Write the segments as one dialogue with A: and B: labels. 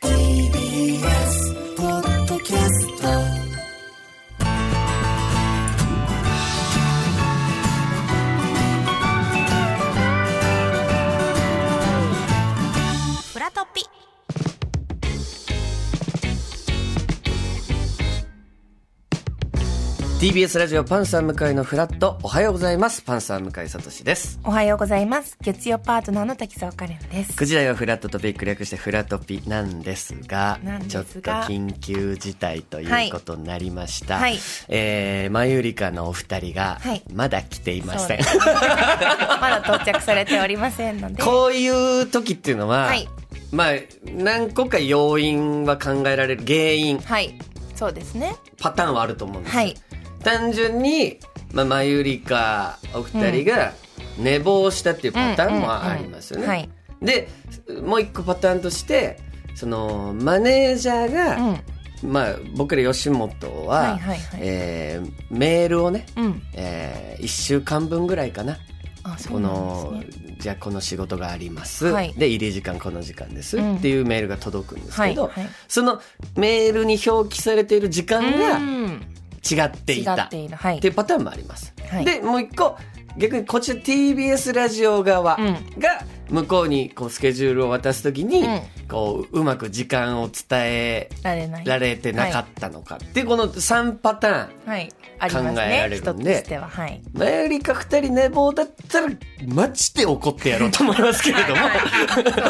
A: TBS ポッドキャストフラトピ
B: ラジオパンサー向井のフラットおはようございますパンサー向井聡です
C: おはようございます。月曜パートナーの滝沢カレンです。
B: 9時台はフラットトピック略してフラトピなんですが
C: なんですが
B: ちょっと緊急事態ということになりました、
C: はいはい
B: えー、マユリカのお二人が
C: はい
B: まだ来ていま
C: そう
B: せん、
C: ですまだ到着されておりませんの で。
B: こういう時っていうのは、
C: はい
B: まあ何個か要因は考えられる原因
C: はい。そうですね。
B: パターンはあると思うんですよ、
C: はい
B: 単純に、まあ、マユリカお二人が寝坊したっていうパターンもありますよね。
C: うんうんうんはい
B: でもう一個パターンとしてそのマネージャーが、まあ、僕ら吉本は、
C: はいはいはい
B: えーメールをね、
C: うん。
B: え1週間分ぐらいかな。
C: あ、そ
B: こ
C: うなん
B: の
C: ですね。
B: じゃあこの仕事があります、
C: はい
B: で入り時間この時間です、
C: うん
B: っていうメールが届くんですけど、
C: はいはい
B: そのメールに表記されている時間が、
C: うん。
B: 違ってい
C: 違
B: た
C: っ
B: ってて
C: いる。はい。
B: いうパターンもあります。
C: はい
B: でもう一個逆にこちら TBS ラジオ側
C: うん
B: が向こうにこうスケジュールを渡すときに、
C: うん
B: こううまく時間を伝え
C: られない。
B: られてなかったのかっていうこの3パターン。
C: はい。あります
B: 考えられ
C: ね。
B: る
C: 人
B: ん
C: と
B: で
C: しては。はい。
B: 前よりか2人寝坊だったらマジで怒ってやろうと思いますけれども。
C: そうですね。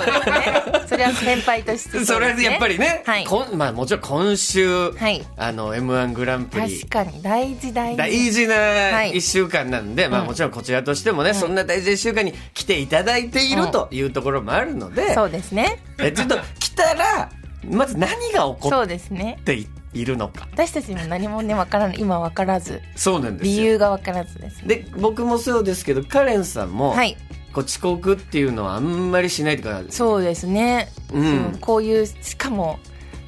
C: それは先輩としてうですね。
B: それはやっぱりね、
C: はい。
B: こんまあ、もちろん今週、
C: はい
B: あの m 1グランプリ
C: 確かに大事大事。
B: 大事ない1週間なんで、まあもちろんこちらとしてもね、そんな大事な1週間に来ていただいているというところもあるので、
C: そうですね。
B: えちょっと来たら、まず何が起
C: そ
B: こ
C: うですね
B: っ。ていいるのか。
C: 私たちも何もね、わからない。今わからず。
B: そうなんですよ。
C: 理由がわからずですね。
B: で、僕もそうですけど、カレンさんも、
C: はい。
B: こう遅刻っていうのはあんまりしないとか、
C: そうですね、
B: うん
C: そうこういうしかも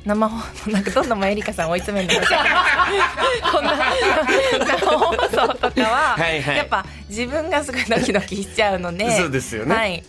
C: 生放送なんかどんどんマユリカさん追い詰めるのこんな生放送とかは
B: はいはい
C: やっぱ自分がすごいドキドキしちゃうので
B: そうですよね
C: はい、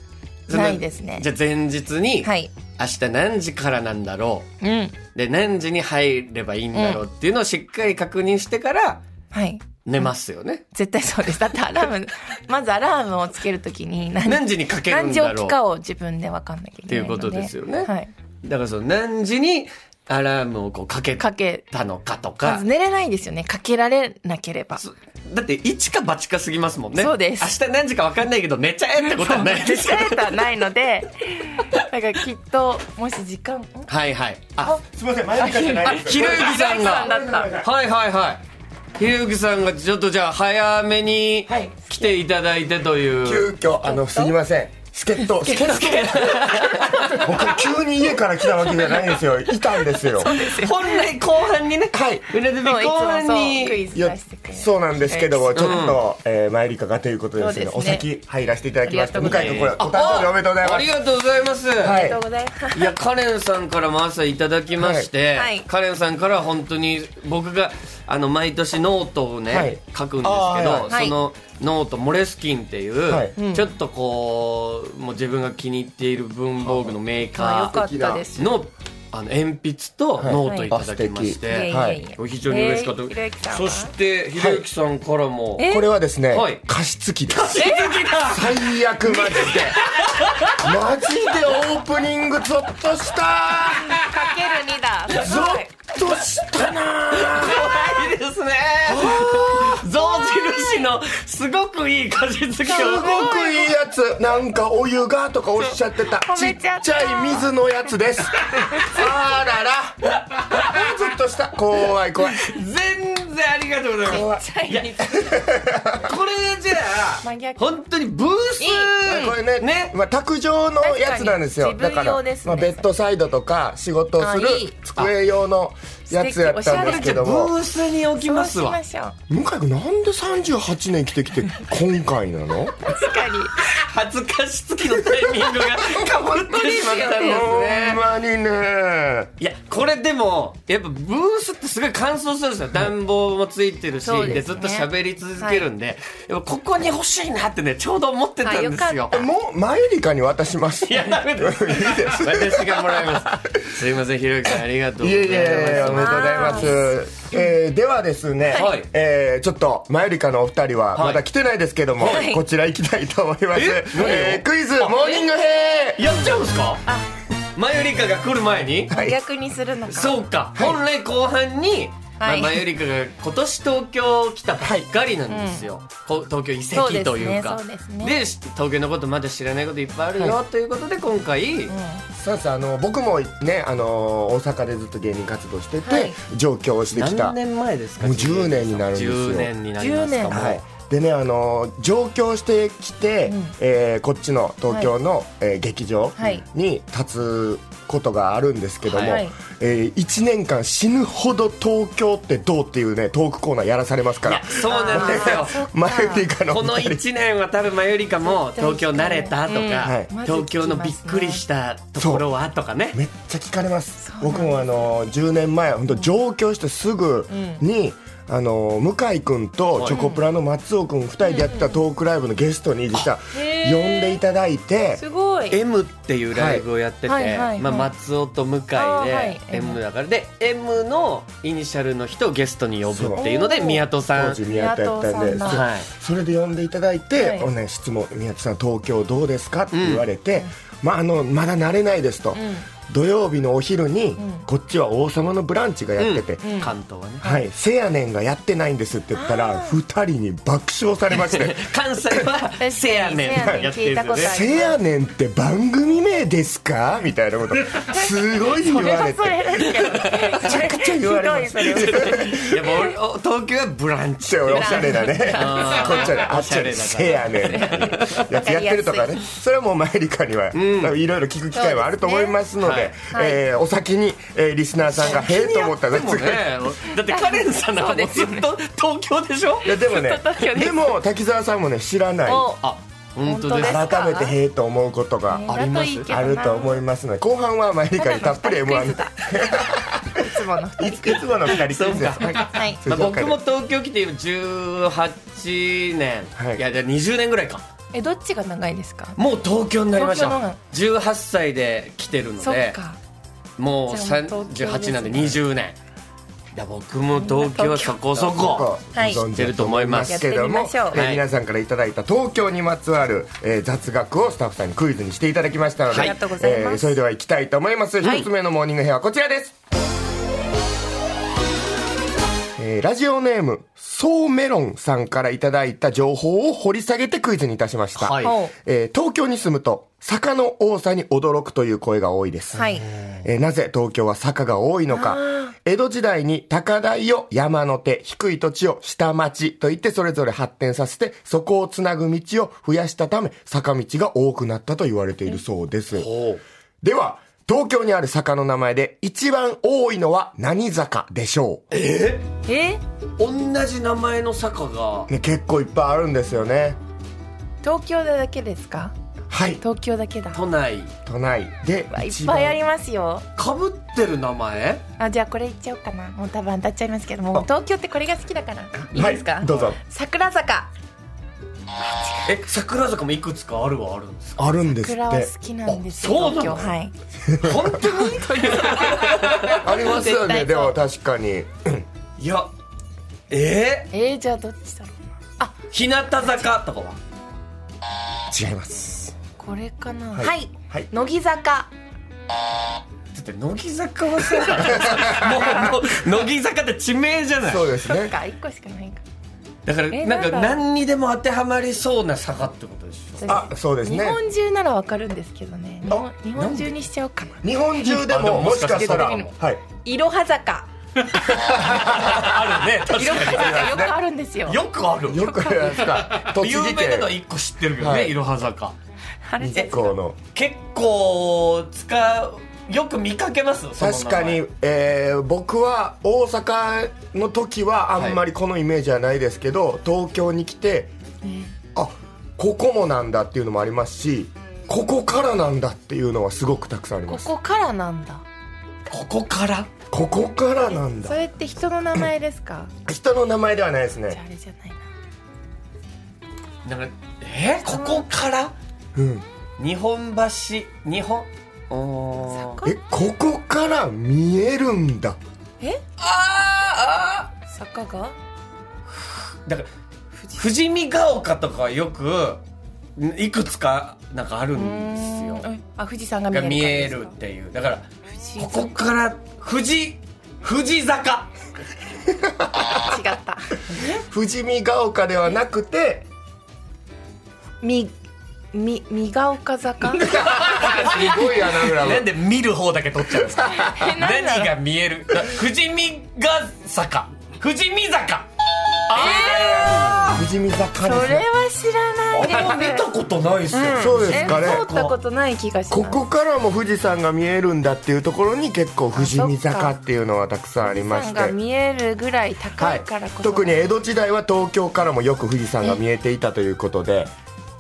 B: その
C: ないですね
B: じゃあ前日に、
C: はい
B: 明日何時からなんだろ
C: うん
B: う。で、何時に入ればいいんだろうっていうのをしっかり確認してから
C: はい
B: 寝ますよね。
C: 絶対そうですだってアラームまずアラームをつけるときに何
B: 何時にかけるん
C: 何時
B: だ
C: 起
B: ろ
C: き
B: う。
C: かを自分で分かんなきゃいけないので
B: っていうことですよね
C: はい、
B: だからその何時にアラームをこうかけ
C: かけ
B: たのかと
C: ま
B: か
C: ず、寝れないですよねかけられなければ
B: そだって一か八かすぎますもんね。
C: そうです
B: 明日何時か分かんないけど寝ちゃえってことはないです
C: デ
B: よ。
C: ータないので、だからきっと、もし時間、ん
B: はいはい。あ、
D: すみません、前向きじゃないです。
B: ひろゆきさんが。
C: さんだった。
B: はいはいはい。ひろゆきさんがちょっとじゃあ早めに
C: はい
B: 来ていただいてという。
D: 急遽、あの、すみません。助っ人、助っ人。僕、急に家から来たわけじゃないんですよ。いたんですよ。
B: 本来後半にね。はい。裏で
C: そういつ
B: 後
C: も
B: 半
C: そうク
B: に。
C: イズ
D: いや
C: 出してくれる。
D: そうなんですけども、ちょっ
B: う
D: と、えー、マユリカがということですね。
C: そう
D: お
C: ですね
D: 先入らせていただきました。
C: あ
D: 向
C: り
D: 井
C: がとう
D: 君、これ、お誕生日おめでとうござい
B: あ
D: ま
B: り
D: す。
B: がとうございます。
C: あ
D: は
C: りがとうございます。
B: いやカレンさんからも朝いただきまして、
C: はいはい
B: カレンさんからは本当に僕があの毎年ノートをね、
D: はい
B: 書くんですけど、
D: あ
C: ーはい
B: そのノート「モレスキン」っていう、
D: はい
B: ちょっとこうもう自分が気に入っている文房具のメー
C: まあよか
B: カ
C: ったです。
B: ーのあの鉛筆とノートいただきまして、
C: いやい
D: は
C: や
D: い
C: いや。
B: 非常に嬉しかった、
C: えーひろゆきさんは
B: そしてひろゆきさんからも、
C: え
D: これはですね、
B: はい
D: 加湿器です。
B: 気づきだ
D: 最悪、マジで。マジでオープニング、ゾッとした
C: かける二だ。す
D: ゾ
C: ごい。
D: ッとしたなー
B: いいですね象印のすごくいい果実
D: す
B: 感
D: ごくいいやつなんかお湯がとかおっしゃってた
C: そう褒
D: ち
C: め
D: っ
C: ちゃった
D: ちゃい水のやつですあららずっとした怖い怖い
B: 全全然ありがとうございます。
C: いや
B: これじゃ
C: 真
B: あ
C: 逆
B: 本当にブース
D: これねまあ、卓上のやつなんですよ
C: 確かに自
D: だか
C: 分
D: ら、
C: 用ですね
D: まあ、ベッドサイドとか仕事をする
C: あいい
D: 机用のやつやったんですけ
B: じゃあ
D: ど
B: ブ
D: も
B: ースに置きます
C: そうし
B: わ
C: ま。しょう
D: 向井君なんで38年来てきて今回なの
C: 確かに
B: 恥ずかしつきのタイミングがかぶってしまったんです
D: ほん
B: ね。
D: まにね
B: いやこれでもやっぱブースってすごい乾燥するんですよ暖房もついてるし
C: そう
B: で,、
C: です
B: ずっ
C: ね
B: と喋り続けるんで、やっぱここに欲しいなってねちょうど思ってたんです
C: あよ
B: よ。
D: もうマユリカに渡します
B: いやダメです。私がもらいます。すいませんひろゆきさんありがとうご
D: い
B: ざいま
D: え
B: す。
D: いえいえおめでとうございます、えーではですね、
B: はい
D: えーちょっとマユリカのお二人
B: は
D: は
B: い
D: まだ来てないですけども、
C: はい
D: こちら行きたいと思います、
B: え何を
D: えークイズモーニングヘイ
B: やっちゃうんですか
C: あ
B: マユリカが来る前に
D: はい
C: 逆にするのか
B: そうか、本来後半に、
C: はい
B: まあ、マユリカが今年東京来たばっかりなんですよ、こ東京移籍というか
C: そうですねそう
B: でし東京のことまだ知らないこといっぱいあるよ、ということで今回、
D: そうですあの僕もねあの大阪でずっと芸人活動してて、
C: はい
D: 上京してきた
B: 何年前ですか
D: もう10年になるんですよ
B: 10年になりますか
C: 10年
B: もう、
D: はい、でねあのー上京してきて、えーこっちの東京の、えー劇場
C: はい
D: に立つことがあるんですけども、
C: はい
D: え1年間死ぬほど東京ってどうっていうねトークコーナーやらされますか
B: い
D: ら
B: やそうなんです よ
D: マユリカの
B: この
D: 二人
B: 1年は多分マユリカ も東京慣れたとか、
D: はい
B: 東京のびっくりしたところはとかね
D: めっちゃ聞かれます僕もあのー10年前本当上京してすぐに、あのー向井君とチョコプラの松尾君2人でやってたトークライブのゲストに実は
C: へ
D: 呼ん
C: ー
D: でいただいて
C: すごい
B: M っていうライブをやってて、
C: はいはいはいはい
B: まあ、松尾と向井で
C: あーはい
B: M だからで M のイニシャルの人をゲストに呼ぶっていうので
C: そう
B: 宮戸さ
D: 当
B: ん
D: 時宮田やったんで
C: 宮田さんだ
B: はい
D: それで呼んでいただいて、
C: はい
D: おね、質問「宮田さん東京どうですか?」って言われて、まあ、あのまだ慣れないですと、土曜日のお昼に、こっちは「王様のブランチ」がやってて。
B: 関東はね
D: はい、せやねんがやってないんですって言ったら二人に爆笑されまして
B: 関西 は
C: に
B: せやねんやってるんですよ
C: 聞いたこと
B: ね
C: ある
D: せやねんって番組名ですかみたいなことすごい言われて
C: それですけど
D: めちゃくちゃ言われま
C: ひどいそ
D: す
B: いやもう俺お東京はブランチ
D: そうおしゃれだね
B: あー
D: こっちはねあっちはね
B: おしゃれだから
D: せやねんやつやってるとかねそれはもうマイリカには多分いろいろ聞く機会はあると思いますので
C: はい
D: えーお先にえーリスナーさんがへえと思ったら
B: でもねだってカレンさんなんかもうずっと東京でしょ
D: いやでもね
C: 東京です
D: でも滝沢さんもね知らない
C: お
B: あ本当
C: 本当
B: で
C: ですす
B: か
C: か
D: 改めてへえと思うことが
C: ありますだといいけどな
D: あると思いますので後半はマイリカにたっぷり M1
C: いつもの
D: いついつもの二人クイズですはい
C: はい
D: 通
B: まあ、
D: 常
B: 僕
D: 回で
B: も東京来て今18年、
D: はい
B: い、やじゃあ20年ぐらいか
C: えどっちが長いですか
B: もう東京になりまし
C: 東京の
B: た
C: が
B: 18歳で来てるの
C: そっ
B: で
C: か
B: もう
C: じゃあもう東京で
B: 38
C: すね
B: なんで20年いや僕も東京はそこそこ
C: はい
D: 存じると思いますけども、
C: やってみましょう
D: えー
B: はい
D: 皆さんからいただいた東京にまつわる、えー雑学をスタッフさんにクイズにしていただきましたので、
C: はいありがとうございます
D: ーそれでは行きたいと思います一、
B: はい
D: つ目のモーニングヘアはこちらです、えーラジオネームソーメロンさんからいただいた情報を掘り下げてクイズにいたしました、
B: はい
C: ほ
D: えー東京に住むと坂の多さに驚くという声が多いです、
C: うはい
D: えーなぜ東京は坂が多いのか。江戸時代に高台を山の手、低い土地を下町と言ってそれぞれ発展させて、そこをつなぐ道を増やしたため、坂道が多くなったと言われているそうです。
B: おう
D: では、東京にある坂の名前で一番多いのは何坂でしょう、
C: え
B: 同じ名前の坂が
D: ね、結構いっぱいあるんですよね。
C: 東京だけですか
D: はい。
C: 東京だけだ
B: 都内
D: 都内で
C: わいっ
D: 一
C: ぱいあ
D: 番
C: りますよ
B: かぶってる名前
C: あじゃあこれいっちゃおうかなもう多分当たっちゃいますけどもう東京ってこれが好きだからいいですか、
D: はいどうぞ
C: 桜坂
B: え桜坂もいくつかあるはあるん ですか
D: あるんですっ
C: 桜は
D: て。
C: 好きなんです
B: あ
C: よ
B: そうな
C: 東
B: の
C: 京はい
B: 本当に
D: ありますよね。
C: 絶対そう
D: でも確かに。
B: いやえ
C: えー、じゃあどっちだろう
B: ー、日向坂とかは
D: 違います。
C: これかな
D: は
C: はいい、
D: はい
C: 乃木坂
B: だって乃木坂はさもうもう乃木坂って地名じゃない
D: そうです
C: そっ
D: ね。
C: か一個しかないか
B: だから
C: え
B: なんか
C: なんだろう
B: 何にでも当てはまりそうな坂ってことでしょ
D: あ、そうです
C: 日
D: ね。
C: 本中ならわかるんですけどね日本
D: あ
C: 日本中にしちゃおうかな
D: 日本中で
B: あで
D: も
B: も
D: もしかしたら
B: もしかしたら
D: はい
C: いろは坂
B: あるね確
C: 色
B: か
C: 川坂よくあるんですよ
B: によくある
D: よくやですか栃木
B: 有名な
D: 県
B: のは1個知ってるけどね、
D: はい
B: い、いろは坂
C: あれ
D: 日
C: で
D: 光の
B: 結構使うよく見かけますその名前
D: 確かに、えー僕は大阪の時はあんまりこのイメージはないですけど、東京に来てあここもなんだっていうのもありますしここからなんだっていうのはすごくたくさんあり
C: こ
D: ます
C: こからなんだ
B: ここから
D: ここからなん
C: そ
D: だ
C: れって人の名前ですか
D: 人の名前ではないです
C: じゃあ
D: ね
C: あれじゃないな
B: なんかえここから
D: うん
B: 日本橋日本おー
C: 坂
D: えここから見えるんだ
B: あーあ
C: 坂が
B: ーだから富士見ヶ丘とかはよくんいくつかなんかあるんですよ
C: うんあ富士山が見え
B: が見え
C: る感
B: るっ
C: じ
B: ていうだから
C: です
B: こ
C: か
B: こから富士富士坂
C: 富士山違った
D: 富士見ヶ丘ではなくて
C: みみみがおか坂
D: すごいアナグラム
B: なんで見る方だけ取っちゃうんですか
C: なんだろ
B: 何
C: う
B: が見えるだ富士見ヶ坂富士見坂
D: 富士見坂で
C: そ
D: す
C: れ
D: ね
C: は知らないです
B: ことないですよ、
D: そうですかね
C: え通ったことない気がします
D: ここからも富士山が見えるんだっていうところに結構富士見坂っていうのはたくさんありま
C: 富士
D: し
C: 山
D: て
C: が見えるぐらい高
D: はい
C: からこそ、
D: 特に江戸時代は東京からもよく富士山が見えていたということで、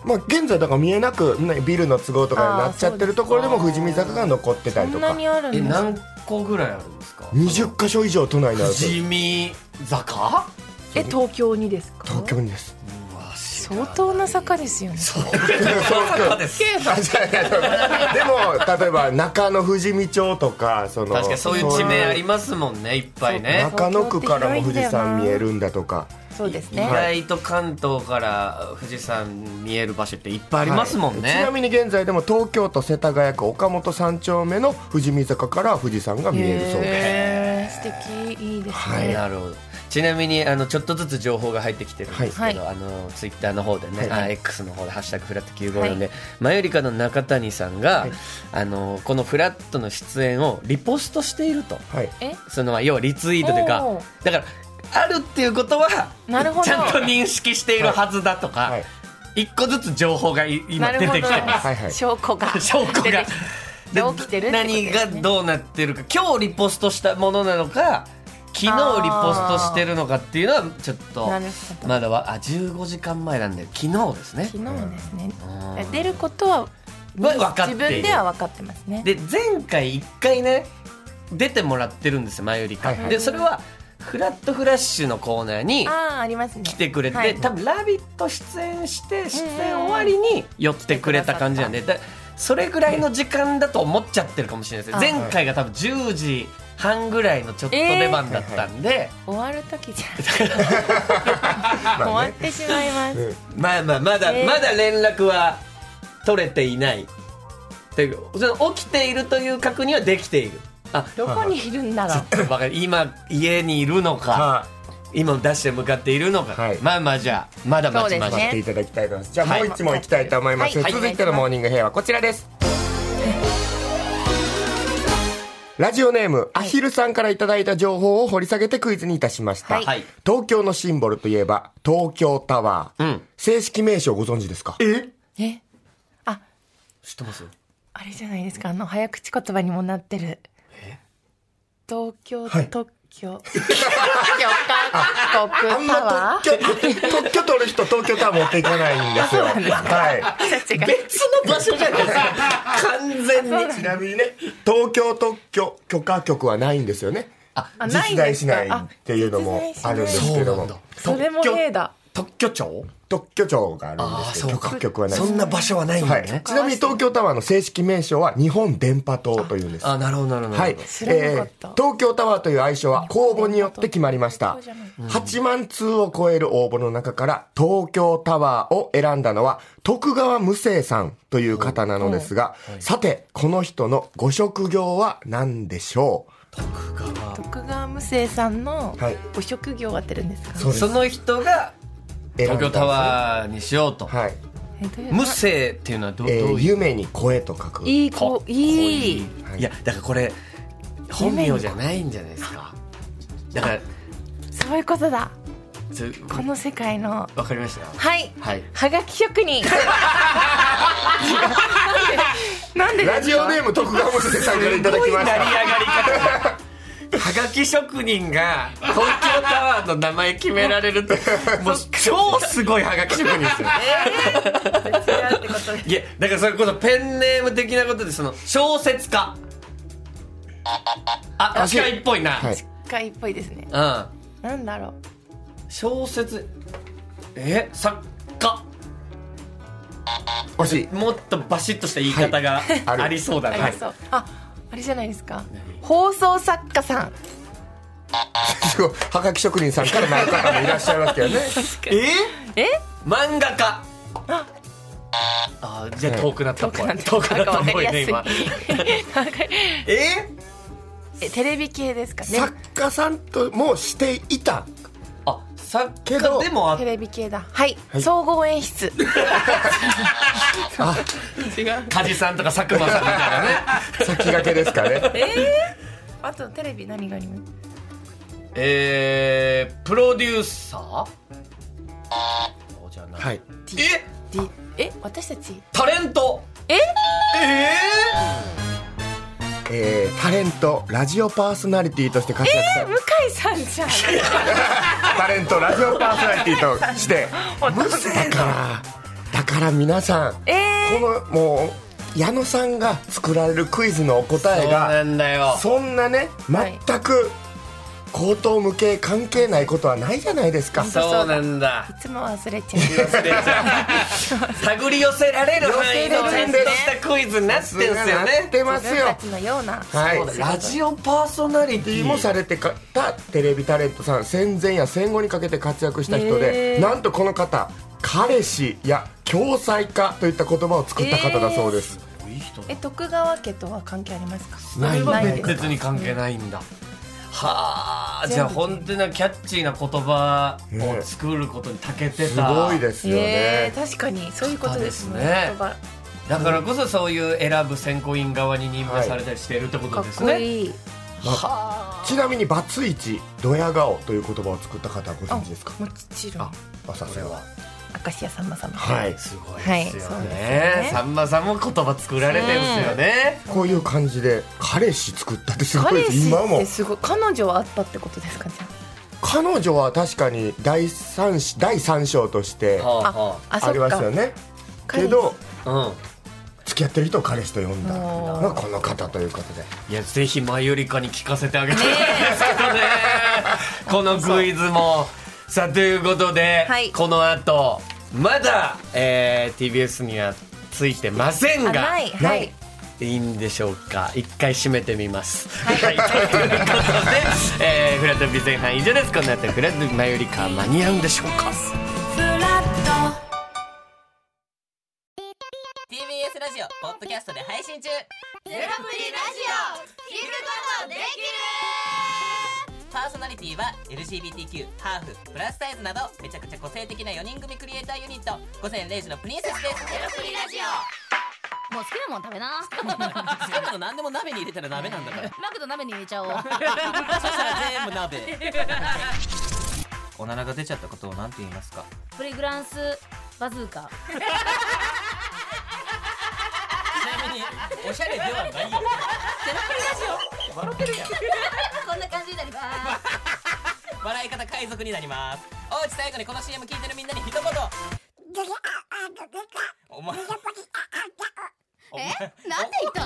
D: まあ、現在だから見えなく、ね、ビルの都合とかになっちゃってるところでも富士見坂が残ってた
C: そ
D: りと
C: ん
D: か
C: なにあるん
B: え
C: です
B: 何個ぐらいあるんですか
D: 20箇所以上都内にあ
B: 富
D: ると東
B: 士見坂
C: え東京にですか
D: 京にです
B: うわ知ら
C: 相当な坂ですよね
B: 坂です
D: あじゃあでも例えば中野富士見町とかその
B: 確かにそういう地名ありますもんねいっぱいね
D: 中野区からも富士山見えるんだとか
C: そうです
B: 意
C: ね、
B: 外と関東から富士山見える場所っていっぱいありますもんね、
D: はいちなみに現在でも東京都世田谷区岡本三丁目の富士見坂から富士山が見えるそうです
C: へー素敵いいですね、
D: はい
B: なるほどちなみにあのちょっとずつ情報が入ってきてるんですけど、
C: は
B: あのツイッターの方でね、
D: は
B: あ X の方で「ハッシュタグフラット954」で、マユリカの中谷さんが、あのこの「フラット」の出演をリポストしていると
D: はい
B: その要はリツイートというか
C: おー
B: だからあるっていうことは
C: なるほど
B: ちゃんと認識しているはずだとか、
D: はい
B: 一個ずつ情報がい今
C: な
B: 出
C: るほ
B: て
C: ど
B: きてます。
D: はいはい
C: 証拠 が
B: 証拠が
C: 出てきてで起きてるってことです
B: 何
C: ね
B: がどうなってるか今日リポストしたものなのか昨日リポストしてるのかっていうのはちょっと
C: なるほど
B: まだはあ15時間前なんで昨日ですね
C: 昨日ですね
B: うん
C: 出ることは
B: 分かってい
C: 自
B: る
C: 分では分かってますね
B: で前回1回ね出てもらってるんですよ前よりか、
D: はいはい
B: でそれは「フラットフラッシュ」のコーナーに
C: ああありますね
B: 来てくれて、
C: はい
B: 多分「ラビット!」出演して出演終わりに寄ってくれた感じなんでだそれぐらいの時間だと思っちゃってるかもしれないです
C: はい
B: 前回が多分10時半ぐらいのちょっと出番だったんで、
C: 終わる時じ ゃん 終わってしまいます
B: まあまあまだ、
C: えー
B: まだ連絡は取れていないというその起きているという確認はできているあ
C: どこにいるんだろう
B: わかる今家にいるのか
D: は
B: 今ダッシュで向かっているのか、
D: はい
B: まあまあじゃあまだ待ちましょ
D: い、
B: う
D: 待っていただきたいと思います。じゃあ、
B: はい
D: もう一問いきたいと思います。
C: はい
D: 続いてのモーニングヘアはこちらです。ラジオネーム、アヒルさんからいただいた情報を掘り下げてクイズにいたしました。
B: はい
D: 東京のシンボルといえば、東京タワー。
B: うん
D: 正式名称ご存知ですか
C: えあ
B: 知ってます
C: あれじゃないですかあの早口言葉にもなってる東京
D: はい
C: 特許許可
D: あ
C: 国
D: ん
C: タ
D: ま
C: ワー
D: 特許、特許取る人、東京タワー持っていかないんですよ。はい。
C: 私たちが
B: 別の場所じゃないですか完全に
D: ちなみにね、東京特許許可局はないんですよね。
C: あない
D: 実
C: んで
D: 在
C: す
D: し
C: か
D: ないっていうのもあるんですけども。
C: それも例だ
B: 特許庁
D: 特許庁があるんです
B: あー
D: けど、
B: そうか
D: 許可局はないです。
B: な場所はないん
D: はい、ちなみに東京タワーの正式名称は日本電波塔というんです。
B: あなるほどなるほど、
D: はい、え
C: 知らなかった
D: ー東京タワーという愛称は公募によって決まりました
C: 日本電波塔
D: 8万通を超える応募の中から東京タワーを選んだのは徳川無生さんという方なのですが、さてこの人のご職業は何でしょ
C: 徳川無生さんの
D: はい
C: ご職業を当てるんですか、
D: そうです
B: その人が
D: う
B: 東京タ
D: ー
B: ワーにしようと、
D: はい、
C: えどういう
B: 無声っていうのはど,、
D: え
B: ど
D: ー
B: ういう
D: 夢に声と書く
C: いい
B: かっ
C: 子
B: こ
C: いい
B: いやだからこれ本名じゃないんじゃないですかだから
C: そういうことだ
B: それ
C: この世界の
B: わかりました
C: はい
B: はい
C: はがき職人なんで
D: ラジオネーム徳川娘さんからいただきま
B: 成
D: し
B: り
D: た
B: 上がり方がはがき職人が東京タワーの名前決められる ってもう超すごいはがき職人ですよ
C: 違うってことで
B: いやだからそれこそペンネーム的なことでその小説家あ確かにっぽいな、
D: はい
C: 世界っぽいですね
B: う
C: なんだろうん
B: 小説え作家
D: 惜しい
B: もっとバシッとした言い方が
D: ある
B: ありそうだな、
C: ありそうああれじゃないですか放送作家さん
D: すごいはがき職人さんからなる方もいらっしゃいますけ どね
B: え
C: え
B: 漫画家あじゃあ遠くなったっぽい遠くなったっぽいね今え
C: えテレビ系ですかね
D: 作家さんともしていた
B: あ作
D: けど
B: 家でもあ
C: テレビ系だはい、総合演出違う
B: 梶さんとか佐久間さんみ たいなね
D: 先駆けですかね
C: えー、あとテレビ何があります
B: えー、プロデューサーそうじゃない、
D: はい
B: え
C: D え私たち
B: タレント
C: え
B: え
D: えー、タレントラジオパーソナリティとして活躍され、
C: 向井さんじゃん
D: タレントラジオパーソナリティとしてむせだからだから皆さん
C: え
D: このもう矢野さんが作られるクイズのお答
B: ー、
D: え
B: そうな
D: が
B: んだよ
D: そんなね
C: はい
D: 全く口頭無形関係ないことはないじゃないですか
C: だ
B: そうなんだ
C: ー、いつも忘れちゃう
B: 忘れちゃう探り寄せられる範囲のちゃんとしたクイズになってんすよ
D: なっ
B: ね
D: てま
C: 自
D: す
C: 分た
D: よ
C: ちのような、
D: はい
C: そうだ
B: ラジオパーソナリティ
D: もされてかたテレビタレントさん戦前や戦後にかけて活躍した人でなんとこの方彼氏や共済家といった言葉を作った方だそうです、
C: え徳川家とは関係ありますか
D: ない
C: ないです
B: 別に関係ないんだはあじゃあ本当にキャッチーな言葉を作ることに長けて
D: す
B: た、
D: ごいですよね、
C: えー、確かにそういうことですね
B: ですね
C: 言葉
B: だからこそそういう選ぶ選考委員側に任命されたりしてるってこと
C: かっ
B: です
C: こ
B: ね、
C: いい、
D: ちなみにバツイチドヤ顔という言葉を作った方はご存知ですか
C: もちろん
D: あさすがは
C: 明石家さんまさんも
D: はい
B: すごいですよ
C: はいそうです
B: ね,、
C: ね
B: さんまさんも言葉作られてるんですよね、
D: こういう感じで彼氏作ったってすごい
C: 彼
D: です
C: 氏
D: 今
C: っ
D: も
C: てすごい彼女はあったってことですかじゃ
D: 彼女は確かに第三子第三章として
B: は
C: あ
B: あは
C: ああそ
D: あ
C: っ
D: りま
C: か
D: したよね
C: 彼
D: け
C: 氏
D: ど
B: あうん
D: 付き合ってる人を彼氏と呼んだ
C: おー
D: まあこの方ということで
B: いやぜひマユリカに聞かせてあげたいん ですけどねこのクイズもさあということで、
C: はい
B: この後まだ、えー TBS にはついてません
C: あ
B: が
C: ない
D: な
C: はいい
B: いいんでしょうか一回締めてみますはい、ということで、えー、フラトピー前半以上ですこの後フラトピーマユリカ間に合うんでしょうか
A: フラット
E: TBS ラジオポッドキャストで配信中ゼロプリラジオ聞くことできるパーソナリティは LGBTQ ハーフプラスサイズなどめちゃくちゃ個性的な4人組クリエイターユニット午前0時のプリンセスですゼロプリラジ
F: もう好きなもん食べ な。
E: オ好きなの何でも鍋に入れたら鍋なんだ から
F: マクド鍋に入れちゃおう。
E: そしたら全部鍋 おならが出ちゃったことを何て言いますか
F: プレグランスバズーカ。
E: ちなみにおしゃれではないよゼロプリラジオ笑ってるやん
F: こんな感じになります。
E: 笑い方海賊になりますおうち最後にこの CM 聞いてるみんなに一言お前お前
F: なんで言 った？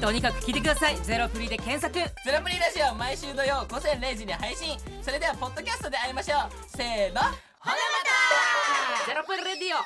F: とにかく聞いてください。ゼロフリで検索。
E: ゼロプリラジオ毎週土曜午前0時に配信それではポッドキャストで会いましょうせーのほなまた
F: ゼロプリレディオ。